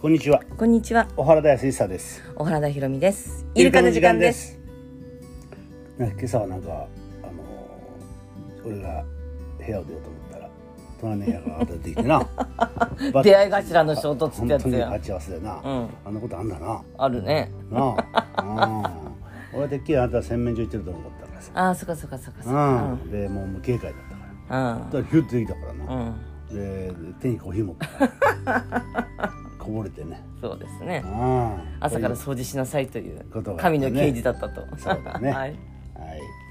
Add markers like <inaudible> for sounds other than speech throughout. こんにちはこんにちは、小原田康久です小原田ひろみです。イルカの時間です。すなんか今朝はなんかあのー俺が部屋を出ようと思ったら隣の部屋が出てきて <laughs> な出会い頭の衝突ってやつ本当にや。鉢合わせだな、うん、あんなことあんだなあるね。なあ、うん、俺てっきりあなたは洗面所行ってると思ったからさああ、そっかそっかそっかそっうん、か。でもう無警戒だったからうんだからヒュッとできたからな、うん、うでん、手にコーヒー持ったから <laughs> こぼれてねそうですねう。ん朝から掃除しなさいということがあって神ねの刑事だったと。そうだね <laughs> はい。はい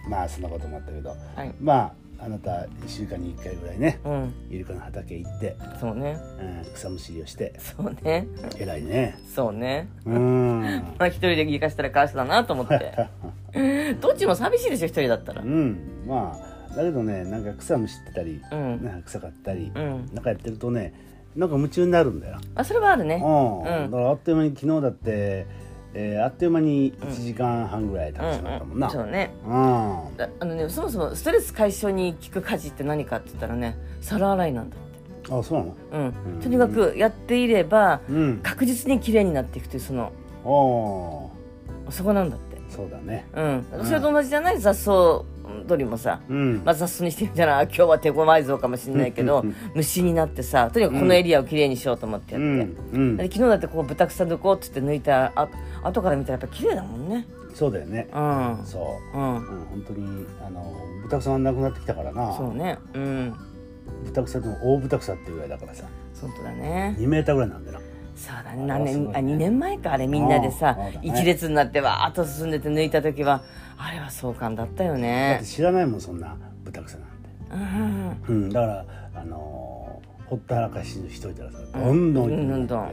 まあそんなこともあったけどはい。まああなた1週間に1回ぐらいねうん、イルカの畑行って、そうね。うん、草むしりをしてそうね。偉いねそうね。うんまあ一人で行かしたらかわしだなと <laughs> 思って。どっちも寂しいでしょ一人だったらう。んまあだけどねなんか草むしってたり、うん。なんか草買ったり、うん。なんかやってるとねなんか夢中になるんだよ、あ、それはあるね。うんうんだからあっという間に昨日だって、えーあっという間に1時間半ぐらい経ってしまったもんな、そうね。うんああのねそもそもストレス解消に効く家事って何かって言ったらね皿洗いなんだってあそうなのうん、うんとにかくやっていればうん確実に綺麗になっていくというそのおおそこなんだってーそうだねううんんそれと同じじゃない雑草取りもさ、うん、まあ、雑草にしてみたらあ今日は手強いぞかもしれないけどうん <laughs> うん虫になってさとにかくこのエリアを綺麗にしようと思ってうやって、んうんで昨日だってこう豚草抜こうっつって抜いたあ後から見たらやっぱ綺麗だもんねそうだよねうんそうう、んうん、本当にあの豚草がなくなってきたからなそうねうん豚草でも大豚草っていうぐらいだからさそうだね2メーターぐらいなんだよなそうだあね何すごい年ねあ2年前かあれみんなでさあーそうだね一列になってわーっと進んでて抜いた時はあれは壮観だったよだっねて知らないもんそんな豚草なんて、うんうん、だからあのーほったらかしにしといたらさどんどん大きくなってどんどん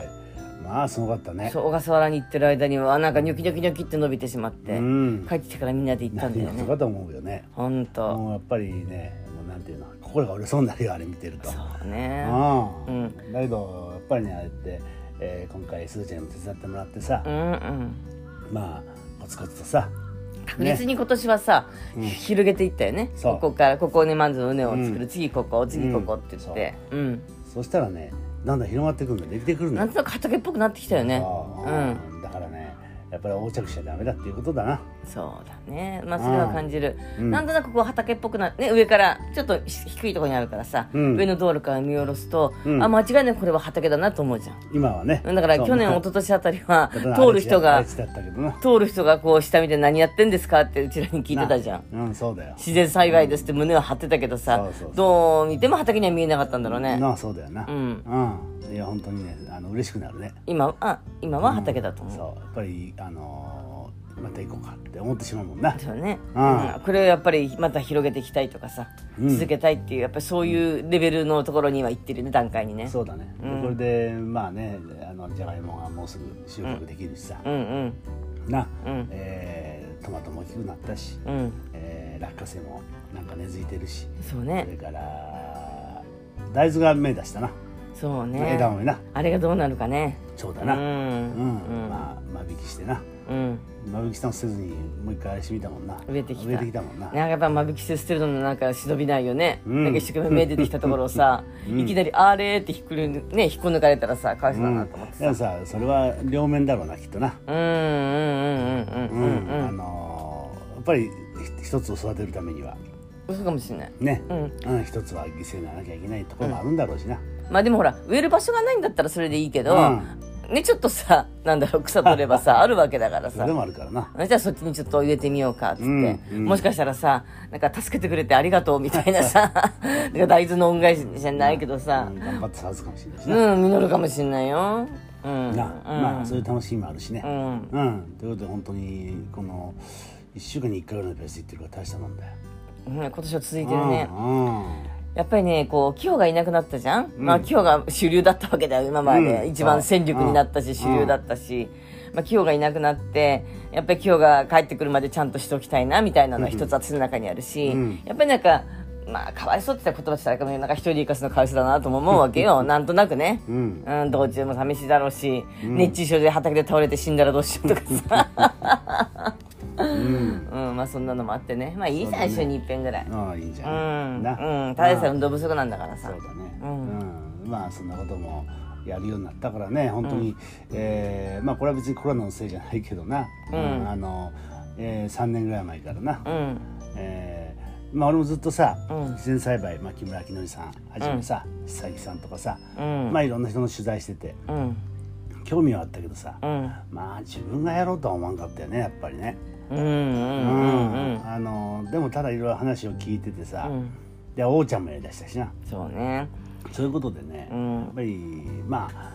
まあすごかったねそう小笠原に行ってる間にはなんかニョキニョキニョキって伸びてしまって、うん帰ってきてからみんなで行ったんだよ何ねとかと思うよねほんともうやっぱりねもうなんていうの心が折れそうになるよあれ見てるとそうねああうんだけどやっぱりねあれって、えー今回すずちゃんにも手伝ってもらってさう、んうんまあコツコツとさ確実に今年はさ、うん広げていったよねそうここからここねまず畝を作る、うん次ここ次ここって言ってうん、そしたらねだんだん広がってくるんだよできてくるんだなよんとなく畑っぽくなってきたよねああだからねやっぱり横着しちゃダメだっていうことだな、そうだねまあそれは感じる、うんなんとなくこう畑っぽくなね上からちょっと低いところにあるからさ、うん上の道路から見下ろすと、うんあ間違いなくこれは畑だなと思うじゃん今はねだからそう去年ま一あ昨年あたり <laughs> はだから通る人荒が地だったけどな通る人がこう下見て何やってんですかってうちらに聞いてたじゃんなうんそうだよ自然災害ですって胸を張ってたけどそうさそうそうどう見ても畑には見えなかったんだろうねなあそうだよなうんうんいや本当にねあの嬉しくなるね今あ今は畑だと思う、そうやっぱりあのーまた行こうかって思ってしまうもんなですよね、うんうんこれをやっぱりまた広げていきたいとかさ、うん続けたいっていうやっぱりそういうレベルのところには行ってるね段階にねそうだね、でうんこれでまあねあのじゃがいもがもうすぐ収穫できるしさ、うんうんな、うんえートマトも大きくなったし、うんえー落花生もなんか根付いてるしそうそれねから大豆が芽出したな、そ枝うね豆なあれがどうなるかねそうだうな、うんんうんまあ間引きしてなうん間引きしたのせずにもう一回あれしてみたもんな植えてきた植えてきたもんな、なんかやっぱ間引き捨てるのなんか忍びないよね、うんなんか一生懸命芽出てきたところを <laughs> さ、うんいきなり「あれ?」ってひっくり、ね、引っこ抜かれたらさかわいそうだなと思ってでさもさそれは両面だろうなきっとな、うんうんうんうんううんんうんあうんのーやっぱりひ一つを育てるためには嘘かもしれないね、うんうん、一つは犠牲にならなきゃいけないところもあるんだろうしな、まあでもほら植える場所がないんだったらそれでいいけど、うねちょっとさなんだろう草取れば <laughs> さあるわけだからそれさでもあるからなじゃあそっちにちょっと植えてみようかっつって、うんうんもしかしたらさなんか助けてくれてありがとうみたい <laughs> なさなんか大豆の恩返しじゃないけどさうん、頑張って育つかもしれないしうな、ん、実るかもしれないよ。うなん、うんまあそういう楽しみもあるしね、うん、うん、ということで本当にこの1週間に1回ぐらいのペースで行ってるから大したもんだよ。うん今年は続いてるね。うやっぱりね、こう、キヨがいなくなったじゃん、まあ、キヨが主流だったわけだよ、今まで。うん一番戦力になったし、うん主流だったし。まあ、キヨがいなくなって、やっぱりキヨが帰ってくるまでちゃんとしておきたいな、みたいなのは一つ私の中にあるし、うんやっぱりなんか、まあ、かわいそうって言ったら言葉したらあれかもしれないなんか一人で生かすのかわいそうだなとも思うわけよ、なんとなくね。ん、うん、うん、道中も寂しいだろうし、熱中症で畑で倒れて死んだらどうしようとか <laughs> さ、うん、まあそんなのもあってねまあいいじゃん、一緒にいっぺんぐらいああいいんじゃうない、ん、な、うん、ただでさえま運動不足なんだからさあそうだね、ううんんまあそんなこともやるようになったからね本当に、えーまあこれは別にコロナのせいじゃないけどな、うんあの、えー、3年ぐらい前からな、うんえーまあ俺もずっとさ、うん自然栽培、まあ、木村明則さんはじめさ久木、さんとかさ、うんまあいろんな人の取材しててうん興味はあったけどさ、うんまあ自分がやろうとは思わんかったよねやっぱりね。うんうんうんあのでもただいろいろ話を聞いててさ、うんで王ちゃんもやりだしたしなそうねそういうことでね、うやっんぱりまあ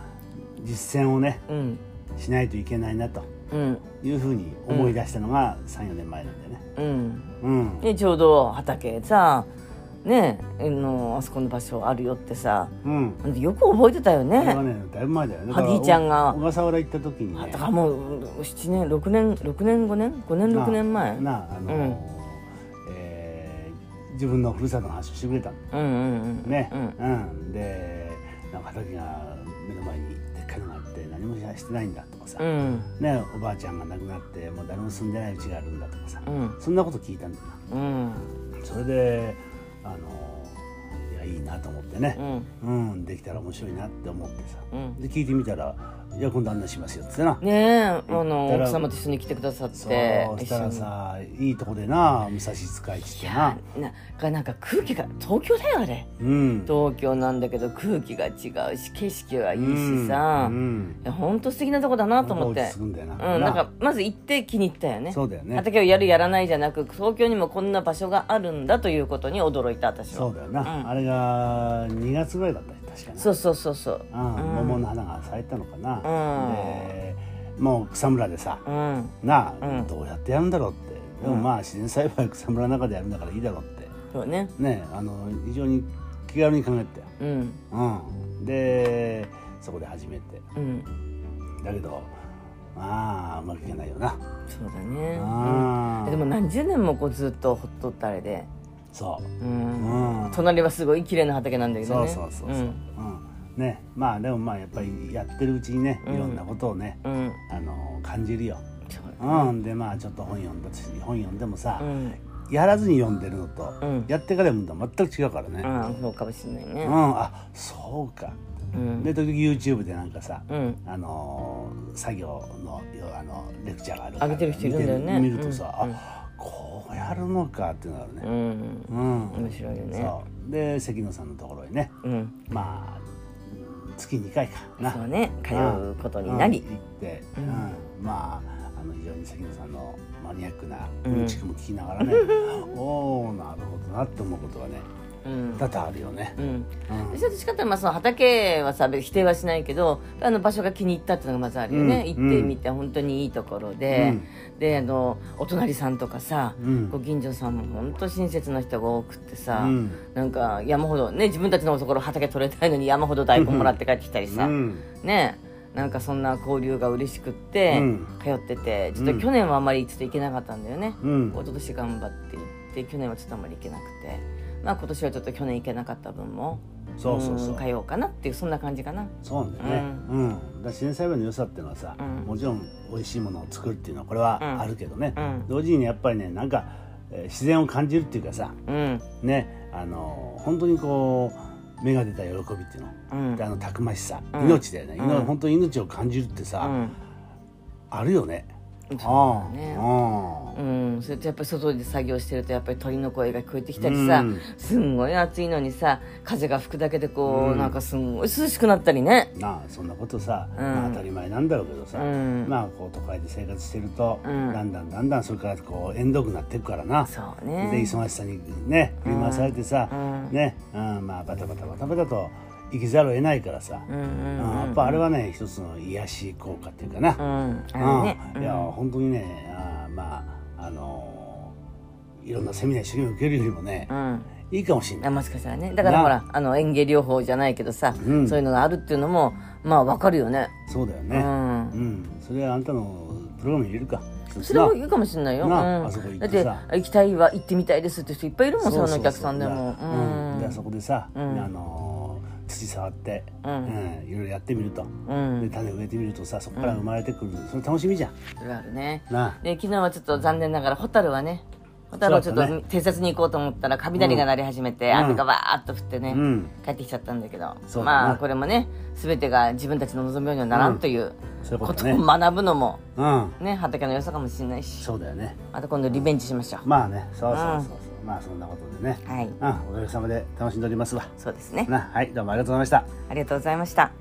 実践をねうんしないといけないなとうんいうふうに思い出したのが34年前なんだよね。うんうんでちょうど畑さねえあのあそこの場所あるよってさうんよく覚えてたよそれはねねだいぶ前だよね。萩井ちゃんがだから小笠原行った時にあねだからもう7年6年6年5年5年6年前うんなああの、えー自分のふるさとの話をしてくれたんだようんうんね。ううんん、でなんか畑が目の前にでっかいのがあって何もしてないんだとかさ、うんね、おばあちゃんが亡くなってもう誰も住んでないうちがあるんだとかさ、うんそんなこと聞いたんだよな。うんそれであのいやいいなと思ってねう、んうんできたら面白いなって思ってさうんで聞いてみたら「いや今度案内しますよ」っつってな、ねえあ言のったら奥様と一緒に来てくださっそうてそ一した緒らにさいいとこでな武蔵使い地っいてなやながなんか空気が東京だよあれうん東京なんだけど空気が違うし景色はいいしさ、ういんやほんと素敵なとこだなと思っなんか落てち着くんだよな,うな、ん、なんかまず行って気に入ったよねそうだよね畑をやるやらないじゃなく東京にもこんな場所があるんだということに驚いた私はそうだよな、うんあれが2月ぐらいだったね確かにそうそうそうそううん、桃の花が咲いたのかな、うんでもう草むらでさ、うんなあ、うんどうやってやるんだろうってでもまあ自然栽培は草むらの中でやるんだからいいだろうってそうねねあの非常に気軽に考えてたよ、うんうん、でそこで始めてうんだけどまあうまくいかないよな、そうだね、あうんーでも何十年もこうずっとほっとったあれでそうう、うんん隣はすごい綺麗な畑なんだけどそうねそうそうそう、うんねまあでもまあやっぱりやってるうちにねいろんなことをね、うん、うん、あの感じるよ、そううん、でまあちょっと本読んだし本読んでもさ、うんやらずに読んでるのと、うんやってから読むのと全く違うからね、うんそうかもしれないねうん、あそうか。うんで時々 YouTube でなんかさ、うんあのー作業のよあのレクチャーがある上げてる人いるんだよね見てる見るとさ、うんあこうやるのかっていうのがあるうね。んうん、面白いよねそうで関野さんのところにねうんまあ月2回かなそうね通うことになりうん行って、ううんんまああの非常に関野さんのマニアックなうん <laughs> うんちくも聞きながらね、おおなるほどなって思うことがねうん多々あるよね。うんうん私はどっちかっていうとまあその畑はさ別に否定はしないけどあの場所が気に入ったっていうのがまずあるよね、うん行ってみて本当にいいところで、であのお隣さんとかさ、うんご近所さんも本当親切な人が多くってさ、うんなんか山ほどね自分たちのところ畑取れたいのに山ほど大根もらって帰ってきたりさ、うんねなんかそんな交流が嬉しくって、うん通っててちょっうとん去年はあんまりちょっと行けなかったんだよね、うん一昨年頑張って行って去年はちょっとあんまり行けなくてまあ今年はちょっと去年行けなかった分もそうそうそうん通おうかなっていうそんな感じかなそうなんだよね、うんだから自然栽培の良さっていうのはさ、うんもちろん美味しいものを作るっていうのはこれうんはあるけどね、うん同時にねやっぱりねなんか、えー自然を感じるっていうかさうんねあのー本当にこう芽が出た喜びっていうの、うんであのたくましさ、うん命だよね、うん命本当に命を感じるってうさ、んあるよね。そうあだねあうん、それとやっぱり外で作業してるとやっぱり鳥の声が聞こえてきたりさ、うんすんごい暑いのにさ風が吹くだけでこう、うんなんかすんごい涼しくなったりねまあそんなことさ、んまあ、当たり前なんだろうけどさ、うんまあこう都会で生活してると、うんだんだんだんだんそれからこう縁遠くなっていくからな。そうでね忙しさにね振り回されてさ、うんね、うん、まあバタバタバタバタと生きざるを得ないからさ、うんうんうんやっぱあれはね一つの癒し効果っていうかな、うんあうのんねいや本当にねあーまああのーいろんなセミナー一生懸命受けるよりもねう、んいいかもしれなあい、もしかしたらねだからほらあの園芸療法じゃないけどさ、んそういうのがあるっていうのもまあわかるよねそうだようね、んうんそれはあんたのプログラムに入れるか一つそれなもいいかもしれないよ、うなあん、あそこ行っだっててさ行きたいは行ってみたいですって人いっぱいいるもんそそうのそうそうお客さんでもだからうんであそこでさ、うんあのー土触って、うんうんいろいろやってみると、うん、うでん、種植えてみるとさそこから生まれてくる、それ楽しみじゃんそれあるねなあで昨日はちょっと残念ながらホタルはねまたあのちそょうっだっとたね偵察に行こうと思ったら雷が鳴り始めて、うん雨がわーっと降ってね、うん帰ってきちゃったんだけどそうだなまあこれもね全てが自分たちの望むようにはならんというそういうここととねを学ぶのもうんね畑の良さかもしれないしそうだよねまた今度リベンジしましょう、まあねそうそうそうそう、まあそんなことでねはいうんおかげさまで楽しんでおりますわそうですねなはいどうもありがとうございましたありがとうございました